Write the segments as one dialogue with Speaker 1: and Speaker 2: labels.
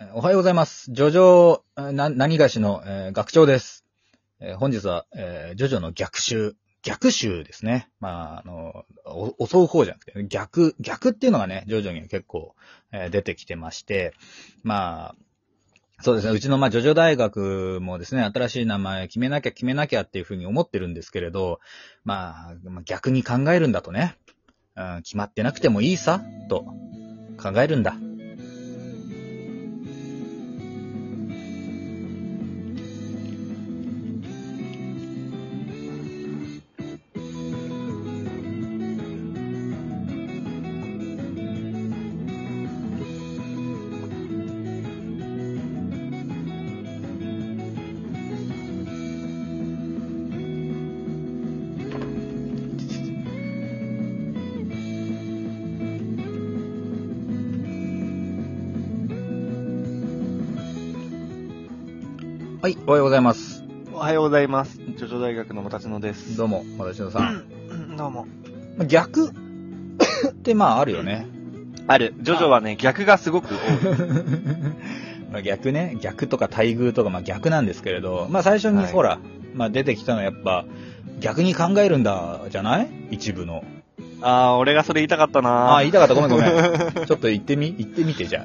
Speaker 1: えーおはようございます。ジョジョえー、な、何がしの、えー学長です。えー本日は、えージョジョの逆襲。逆襲ですね。まあ、あの、お襲う方じゃなくて、逆、逆っていうのがね、ジョジョには結構、えー出てきてまして、まあ、そうですね。うちの、まあ、ジョジョ大学もですね、新しい名前決めなきゃ決めなきゃっていうふうに思ってるんですけれど、まあ、まあ逆に考えるんだとね、うん、決まってなくてもいいさ、と考えるんだ。はい、おはようございます。
Speaker 2: おはようございます。ジョジョ大学のもたちのです。
Speaker 1: どうも、私のさん。
Speaker 2: うんどうも。
Speaker 1: まあ逆 ってまああるよね。
Speaker 2: ある。ジョジョはね、逆がすごく多い。
Speaker 1: まあ逆ね、逆とか待遇とかまあ逆なんですけれど、まあ最初に
Speaker 2: はい
Speaker 1: ほら、まあ出てきたのはやっぱ逆に考えるんだじゃない一部の。
Speaker 2: あー、俺がそれ言いたかった
Speaker 1: あ
Speaker 2: な
Speaker 1: あ、言いたかった。ごめんごめん。
Speaker 2: ん。
Speaker 1: ちょっと言ってみ、言ってみてじゃ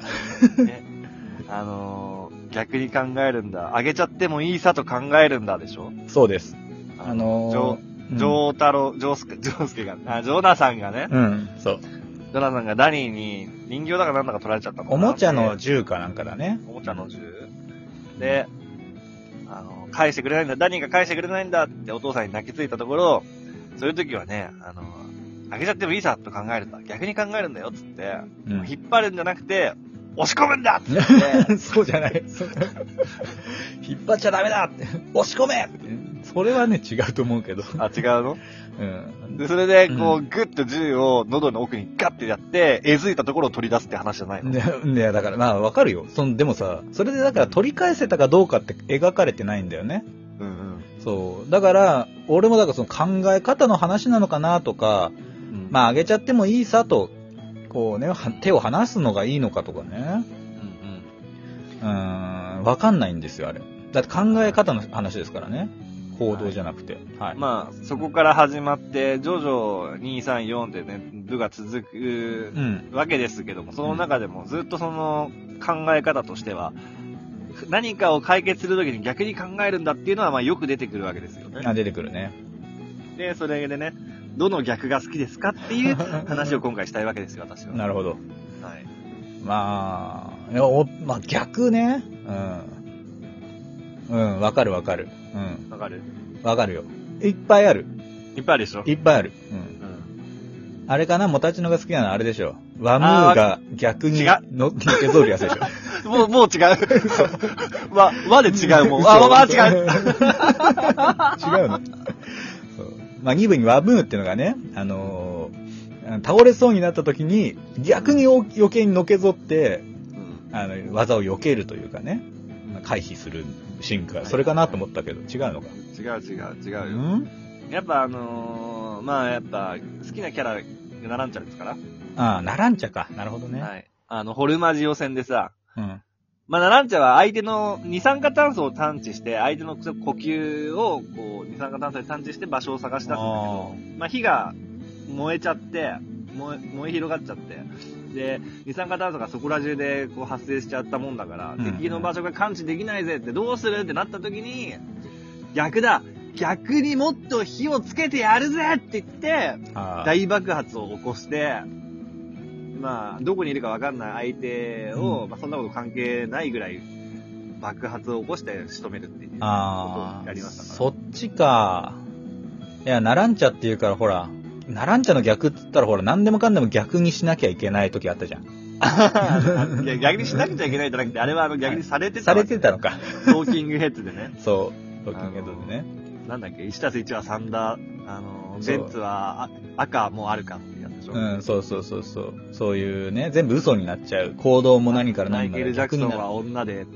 Speaker 1: あ。
Speaker 2: あのー、逆に考えるんだ。あげちゃってもいいさと考えるんだでしょ
Speaker 1: そうです。あの
Speaker 2: ジョ、
Speaker 1: ー、
Speaker 2: ジョー太郎、ジョースケ、 ジョースケが、あ、ジョーナさんがね、
Speaker 1: うん、うん、そう。
Speaker 2: ジョーナさんがダニーに人形だかなんだか取られちゃったのか
Speaker 1: お
Speaker 2: な
Speaker 1: もちゃの
Speaker 2: で
Speaker 1: 銃かなんかだね。
Speaker 2: おもちゃの銃で、あの、返してくれないんだ、ダニーが返してくれないんだってお父さんに泣きついたところ、そういう時はね、あの、あげちゃってもいいさと考えるんだ。逆に考えるんだよっつって、
Speaker 1: うん
Speaker 2: 引っ張るんじゃなくて、押し込むんだっつって、
Speaker 1: そうじゃない。そう引っ張っちゃダメだって。押し込めってねそれはね、違うと思うけど。
Speaker 2: あ、違うの
Speaker 1: うん。
Speaker 2: でそれで、こ
Speaker 1: う
Speaker 2: う、ぐっと銃を喉の奥にガッてやって、えずいたところを取り出すって話じゃないの、
Speaker 1: ね、ねだから、まあ、わかるよ。その、でもさ、それでだから取り返せたかどうかって描かれてないんだよね。
Speaker 2: うんうん。
Speaker 1: そう。だから、俺もだからその考え方の話なのかなとか、
Speaker 2: うん
Speaker 1: まあ、あげちゃってもいいさと、こうね、は手を離すのがいいのかとかね。
Speaker 2: うんうん。
Speaker 1: うーん、わかんないんですよ、あれ。だって考え方の話ですからね。行動じゃなくて。はい。
Speaker 2: まあ、そこから始まって、徐々234でね、部が続く
Speaker 1: うん。
Speaker 2: わけですけども、その中でもずっとその考え方としては、何かを解決するときに逆に考えるんだっていうのは、まあよく出てくるわけですよね。
Speaker 1: あ、出てくるね。
Speaker 2: で、それでね、どの逆が好きですかっていう話を今回したいわけですよ、私は。
Speaker 1: なるほど。
Speaker 2: はい。
Speaker 1: まあ、いやおまあ、逆ね。うん。うん、わかるわかる。うん、
Speaker 2: わかる
Speaker 1: わかるよ。いっぱいある。
Speaker 2: いっぱいあるでしょ
Speaker 1: いっぱいある。うん。
Speaker 2: うん。
Speaker 1: あれかなもたちのが好きなのあれでしょ。ワムーが逆に
Speaker 2: 違う
Speaker 1: ののけぞるやつでしょ。
Speaker 2: もう、もう違う。わ、わで 違うも ん。あ、わ、わ、違う。
Speaker 1: う。違うの。そう。まあ、2部にワムーっていうのがね、あのー倒れそうになった時に、逆に余計にのけぞって、
Speaker 2: うん
Speaker 1: あの、技を避けるというかね、回避する進化、それかなと思ったけど、違うのか。
Speaker 2: 違う違う
Speaker 1: う
Speaker 2: 違うよ。
Speaker 1: ん
Speaker 2: やっぱあのー、まあやっぱ好きなキャラがランチャルですから、
Speaker 1: ああ、ナランチャか。なるほどね。
Speaker 2: はい。あの、ホルマジオ戦でさ、
Speaker 1: うん。
Speaker 2: まあナランチャは相手の二酸化炭素を探知して、相手の呼吸をこう、二酸化炭素で探知して場所を探し出すんだけど、まあ火が燃えちゃって、燃え、燃え広がっちゃって、で、二酸化炭素がそこら中でこう発生しちゃったもんだから、
Speaker 1: うん
Speaker 2: 敵の場所が感知できないぜってどうするってなった時に、逆だ逆にもっと火をつけてやるぜって言って、
Speaker 1: ああ。
Speaker 2: 大爆発を起こして、まあ、どこにいるかわかんない相手を、
Speaker 1: うん
Speaker 2: まあ、そんなこと関係ないぐらい、爆発を起こして仕留めるっていうこと
Speaker 1: あ
Speaker 2: にな
Speaker 1: あ
Speaker 2: りましたから。
Speaker 1: そっちか。いや、ナランチャっていうからほら、ナランチャの逆って言ったらほら、何でもかんでも逆にしなきゃいけない時あったじゃん。
Speaker 2: いや 逆にしなくちゃいけないんじゃなくて、あれはあの逆にされてた
Speaker 1: さ
Speaker 2: わ
Speaker 1: れ
Speaker 2: け。
Speaker 1: てたの か。
Speaker 2: トーキングヘッズでね。
Speaker 1: そう。ロッキングヘッドでね。
Speaker 2: なんだっけ、1たす1は3だ。あの、
Speaker 1: そ
Speaker 2: ベ
Speaker 1: う
Speaker 2: ンツはあ赤もあるかっていうやつでしょ。
Speaker 1: うん、そうそうそうそう。そういうね、全部嘘になっちゃう。行動も何から
Speaker 2: マ
Speaker 1: 何
Speaker 2: イ
Speaker 1: ま
Speaker 2: ケ
Speaker 1: で
Speaker 2: ル・ジャク
Speaker 1: 逆に
Speaker 2: ソン
Speaker 1: なる
Speaker 2: は。女で。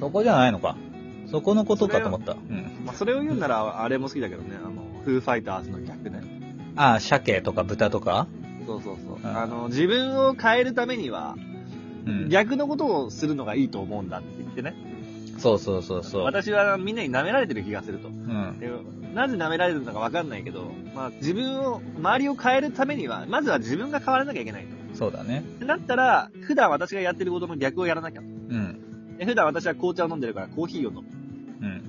Speaker 1: そこじゃないのか。そこのことかと思った。うん。
Speaker 2: まあ、それを言うなら、あれも好きだけどね、あの、フーファイターズの逆ね。
Speaker 1: ああ、鮭とか豚とか
Speaker 2: そうそうそう。
Speaker 1: あー
Speaker 2: あの、自分を変えるためには、
Speaker 1: うん
Speaker 2: 逆のことをするのがいいと思うんだって言ってね。
Speaker 1: そうそうそうそう。
Speaker 2: 私はみんなに舐められてる気がすると。
Speaker 1: うん。
Speaker 2: でなぜ舐められるのかわかんないけど、まあ自分を、周りを変えるためには、まずは自分が変わらなきゃいけないと。
Speaker 1: そうだね。
Speaker 2: ってなったら、普段私がやってることの逆をやらなきゃ。
Speaker 1: うん。
Speaker 2: で普段私は紅茶を飲んでるからコーヒーを飲む。
Speaker 1: うん。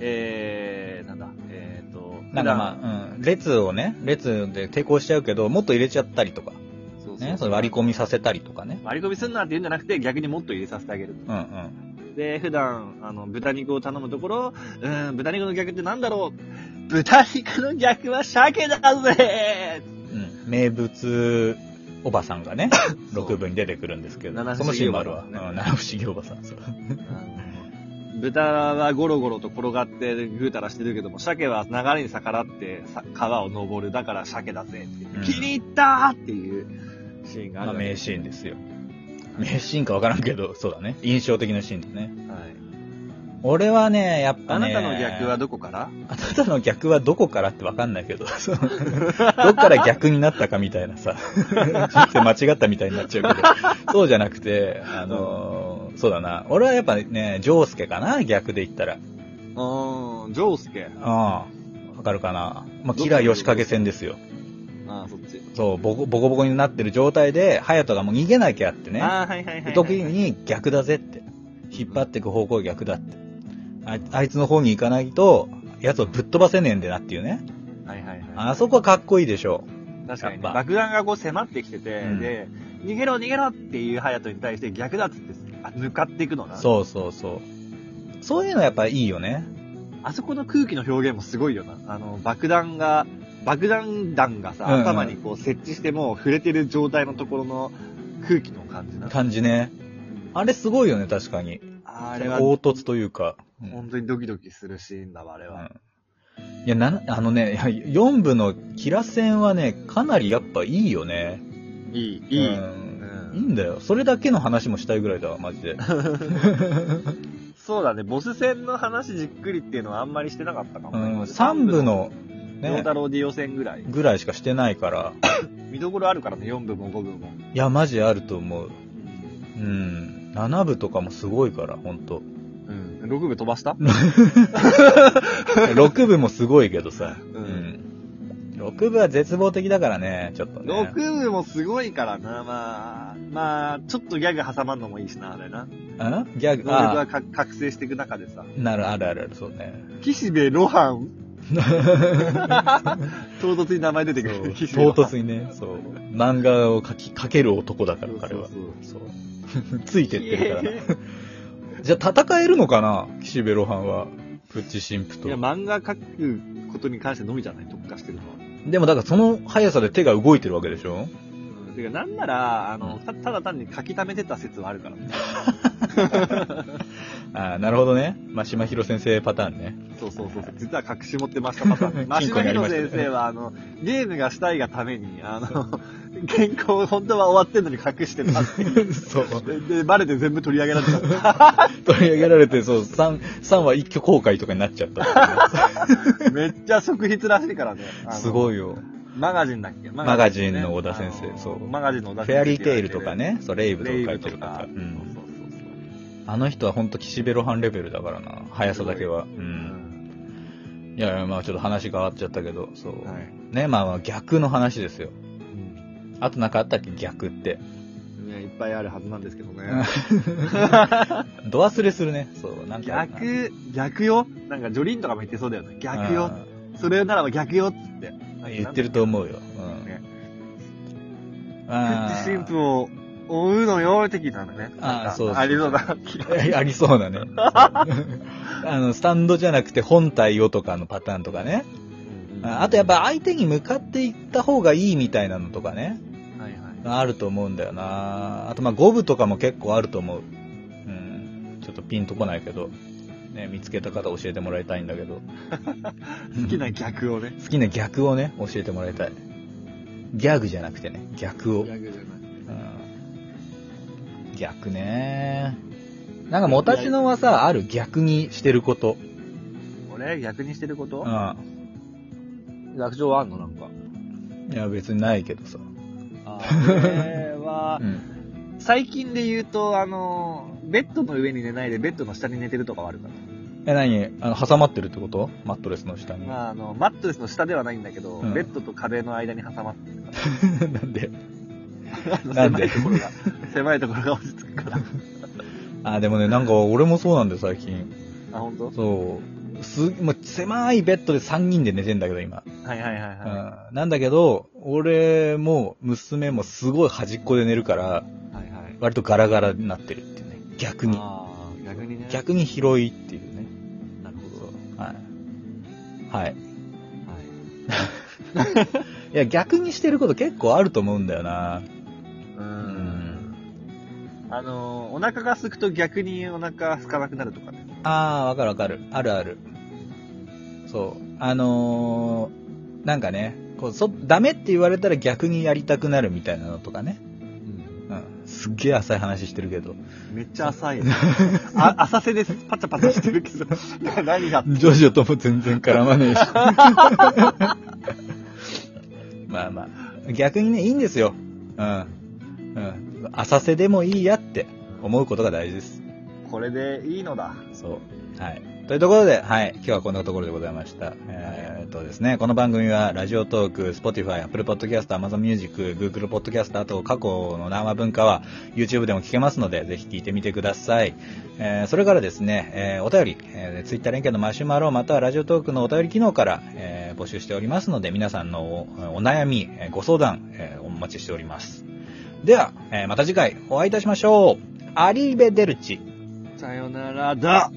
Speaker 2: えー、なんだ、えーと、
Speaker 1: なんかまあ、うん。列をね、列で抵抗しちゃうけど、もっと入れちゃったりとか、
Speaker 2: あ、そうそう
Speaker 1: ね。それ割り込みさせたりとかね。
Speaker 2: 割り込みすんなって言うんじゃなくて、逆にもっと入れさせてあげる。
Speaker 1: うんうん。
Speaker 2: で、普段、あの、豚肉を頼むところ、うーん、豚肉の逆ってなんだろう豚肉の逆は鮭だぜ
Speaker 1: うん。名物おばさん がね、6
Speaker 2: 分。
Speaker 1: 部に出てくるんですけど、
Speaker 2: 七
Speaker 1: そ
Speaker 2: 不
Speaker 1: の
Speaker 2: 思
Speaker 1: シ
Speaker 2: 議
Speaker 1: ーン
Speaker 2: お
Speaker 1: も
Speaker 2: ば
Speaker 1: あ
Speaker 2: さ
Speaker 1: る
Speaker 2: ん
Speaker 1: わ。
Speaker 2: ね
Speaker 1: うん七不思議おばさん。そう
Speaker 2: 豚はゴロゴロと転がってぐうたらしてるけども、鮭は流れに逆らってさ川を登る。だから鮭だぜって
Speaker 1: うん
Speaker 2: 気に入ったーっていうシーンがあ
Speaker 1: まあ
Speaker 2: るわけ
Speaker 1: 名シーンですよ。名シーンかわからんけど、そうだね。印象的なシーンだね。
Speaker 2: はい
Speaker 1: 俺はね、やっぱ
Speaker 2: あ
Speaker 1: ね。
Speaker 2: なたの逆はどこから
Speaker 1: あなたの逆はどこからってわかんないけど、そのどっから逆になったかみたいなさ、人生間違ったみたいになっちゃうけど、そうじゃなくて、あのーそうだな、俺はやっぱね、ジョースケかな、逆で言ったら。
Speaker 2: うーん、ジョウスケ。
Speaker 1: ああ、わかるかな。まあ、キラ吉影戦ですよ。
Speaker 2: ああ、そっち。
Speaker 1: そう、ボコボコボコになってる状態で、隼人がもう逃げなきゃってね。
Speaker 2: ああ、はいはいはい、はい。
Speaker 1: 時に逆だぜって。引っ張っていく方向逆だって。ああいつの方に行かないと、奴をぶっ飛ばせねえんだなっていうね。
Speaker 2: はいはいはい。
Speaker 1: あそこはかっこいいでしょう。
Speaker 2: 確かにね、
Speaker 1: やっぱ
Speaker 2: 爆弾がこう迫ってきてて、
Speaker 1: うん
Speaker 2: で、逃げろ逃げろっていうハヤトに対して逆だっつって、あ抜かっていくのな。う。
Speaker 1: そうそうそう。そういうのやっぱいいよね。
Speaker 2: あそこの空気の表現もすごいよな。あの、爆弾が、爆弾弾がさ、
Speaker 1: うんうん
Speaker 2: 頭にこう設置してもう触れてる状態のところの空気の感じな。
Speaker 1: 感じね。あれすごいよね、確かに。
Speaker 2: あ
Speaker 1: あ
Speaker 2: れ
Speaker 1: れは
Speaker 2: は、
Speaker 1: 凹凸というか。うん
Speaker 2: 本当にドキドキするシーンだわ、あれ
Speaker 1: う
Speaker 2: は。
Speaker 1: んいや、な、あのね、いや4部のキラ戦はね、かなりやっぱいいよね。
Speaker 2: いい、いい。
Speaker 1: う
Speaker 2: うんん
Speaker 1: いいんだよ。それだけの話もしたいぐらいだわ、マジ で。
Speaker 2: そうだね、ボス戦の話じっくりっていうのはあんまりしてなかったかも
Speaker 1: う
Speaker 2: ね。
Speaker 1: ん、
Speaker 2: 今まで
Speaker 1: 3部、の、
Speaker 2: 両
Speaker 1: ね
Speaker 2: 太、郎ディオ戦ぐらい。
Speaker 1: ぐらいしかしてないから。
Speaker 2: 見どころあるからね、4部も5部も。
Speaker 1: いや、マジあると思う。うん。7部とかもすごいから、ほ んと。
Speaker 2: うん。6部飛ばした
Speaker 1: 6部もすごいけどさ。
Speaker 2: ん
Speaker 1: うん。6部は絶望的だからね、ちょっとね。
Speaker 2: 6部もすごいからな、まあ。まあ、ちょっとギャグ挟まんのもいいしな、あれな。
Speaker 1: んギャグ、
Speaker 2: 能力
Speaker 1: あ
Speaker 2: がか覚醒していく中でさ。
Speaker 1: あ、なる、あるあるある、そうね。
Speaker 2: 岸辺露 伴唐突に名前出てく る。岸辺
Speaker 1: 唐突
Speaker 2: 露伴
Speaker 1: にね、そう。漫画を描き、描ける男だから、彼は
Speaker 2: そ。うそう
Speaker 1: そう。 ついてってるから
Speaker 2: い
Speaker 1: な。じゃあ戦えるのかな岸辺露伴は。プッチ神父
Speaker 2: やいや、
Speaker 1: と。
Speaker 2: 漫画描くことに関してのみじゃない、特化してるのは。
Speaker 1: でもだからその速さで手が動いてるわけでしょ
Speaker 2: うんてか、なんなら、あの、たただ単に書き溜めてた説はあるからね。
Speaker 1: ああ、なるほどね。ま、島広先生パターンね。
Speaker 2: そうそうそうそう。実は隠し持ってましたパターン。マシ
Speaker 1: 金庫
Speaker 2: マ
Speaker 1: にあり
Speaker 2: ヒ
Speaker 1: ま
Speaker 2: ロ
Speaker 1: したね
Speaker 2: 先生は、あの、ゲームがしたいがために、あの、原稿を本当は終わってんのに隠して たっていう。
Speaker 1: そう。
Speaker 2: で、でバレて全部取り上げられちゃった。
Speaker 1: 取り上げられて、そう、3、3は一挙公開とかになっちゃ った。
Speaker 2: めっちゃ即筆らしいからね。
Speaker 1: すご
Speaker 2: い。
Speaker 1: いよ。
Speaker 2: マガジンだっけ
Speaker 1: マガジンの小田先生
Speaker 2: あの
Speaker 1: そう
Speaker 2: マガジンの小田
Speaker 1: フェアリーテイルとか。ね、そう、レイブとか
Speaker 2: レイ
Speaker 1: 書い
Speaker 2: ブ
Speaker 1: て
Speaker 2: と
Speaker 1: る方。
Speaker 2: か。
Speaker 1: う。
Speaker 2: そうんそうそうそう
Speaker 1: あの人は本当岸辺露伴レベルだからな。速さだけは。う。
Speaker 2: うんん
Speaker 1: いやいや、まあちょっと話変わっちゃったけど、そう。
Speaker 2: はい
Speaker 1: ね、まあまあ逆の話ですよ。
Speaker 2: うん
Speaker 1: あとなんかあったっけ逆 って。
Speaker 2: ねいっぱいあるはずなんですけどね。
Speaker 1: ド忘れするね。そう、なんかあるな。
Speaker 2: 逆、逆よなんかジョリーンとかも言ってそうだよね。逆よ。それならば逆よっつって。
Speaker 1: うん。言ってると思うよ。うん。
Speaker 2: ね
Speaker 1: あ
Speaker 2: プッチ
Speaker 1: ー
Speaker 2: 神父を追うのよ、的なのね。
Speaker 1: あー
Speaker 2: なんか
Speaker 1: そうそう
Speaker 2: ありそうだ。
Speaker 1: ありそうだね。 あの、スタンドじゃなくて本体をとかのパターンとかね。ああとやっぱ相手に向かっていった方がいいみたいなのとかね。
Speaker 2: はいはい。
Speaker 1: あると思うんだよな。あとまあ五部とかも結構あると思う。うん。ちょっとピンとこないけど。ね、見つけた方教えてもらいたいんだけど。
Speaker 2: 好きな逆をね。
Speaker 1: 好きな逆をね、教えてもらいたい。ギャグじゃなくてね、逆を。うん、
Speaker 2: 逆じゃない。
Speaker 1: 逆ね。なんかもたちのはさ、ある逆にしてること。
Speaker 2: 俺、逆にしてるこ
Speaker 1: う
Speaker 2: と
Speaker 1: ん。
Speaker 2: 逆上あんのなんか。
Speaker 1: いや、別にないけどさ。
Speaker 2: あれは
Speaker 1: う、ん。
Speaker 2: 最近で言うと、あの、ベッドの上に寝ないで、ベッドの下に寝てるとかはあるか
Speaker 1: え、何あの、挟まってるってことマットレスの下
Speaker 2: ら。
Speaker 1: に。
Speaker 2: まあ、あの、マットレスの下ではないんだけど、
Speaker 1: うん
Speaker 2: ベッドと壁の間に挟まってるか
Speaker 1: なんで
Speaker 2: ら、あの
Speaker 1: なん
Speaker 2: 狭
Speaker 1: で
Speaker 2: いところが、狭いところが落ち着 くから。
Speaker 1: あ、でもね、なんか俺もそうなんだよ、最近。
Speaker 2: あ、本当？
Speaker 1: そう。す、もう狭いベッドで3人で寝てんだけど、今。
Speaker 2: はいはいはいは
Speaker 1: うん。なんだけど、俺も娘もすごい端っこで寝るから、
Speaker 2: い。はいはい。
Speaker 1: 割とガラガラになってるっていうね。逆に。
Speaker 2: ああ、逆にね。
Speaker 1: 逆に広いっていうね。
Speaker 2: なるほど。
Speaker 1: はい。はい。
Speaker 2: はい。
Speaker 1: いや、逆にしてること結構あると思うんだよな。
Speaker 2: うーん。あの、お腹が空くと逆にお腹空かなくなるとかね。
Speaker 1: ああ、わかるわかる。あるある。そう。あのーなんかね、こうそ、ダメって言われたら逆にやりたくなるみたいなのとかね。うん。すっげえ浅い話してるけど。
Speaker 2: めっちゃ 浅い。あ、浅瀬です。パチャパチャしてるけど、 な何が。
Speaker 1: ジョジョとも全然絡まねえし。 まあまあ。逆にね、いいんですよ。うん。うん。浅瀬でもいいやって思うことが大事です。
Speaker 2: これでいいのだ。
Speaker 1: そう。はい。というところで、はい。今日はこんなところでございました。えーっとですね、この番組は、ラジオトーク、Spotify、Apple Podcast、Amazon Music、Google Podcast、あと過去の生文化は、YouTube でも聞けますので、ぜひ聞いてみてください。えーそれからですね、えーお便り、えー Twitter 連携のマシュマロ、またはラジオトークのお便り機能から、えー募集しておりますので、皆さんのおお悩み、えーご相談、えーお待ちしております。では、えーまた次回お会いいたしましょう。アリーベデルチ。
Speaker 2: さよならだ。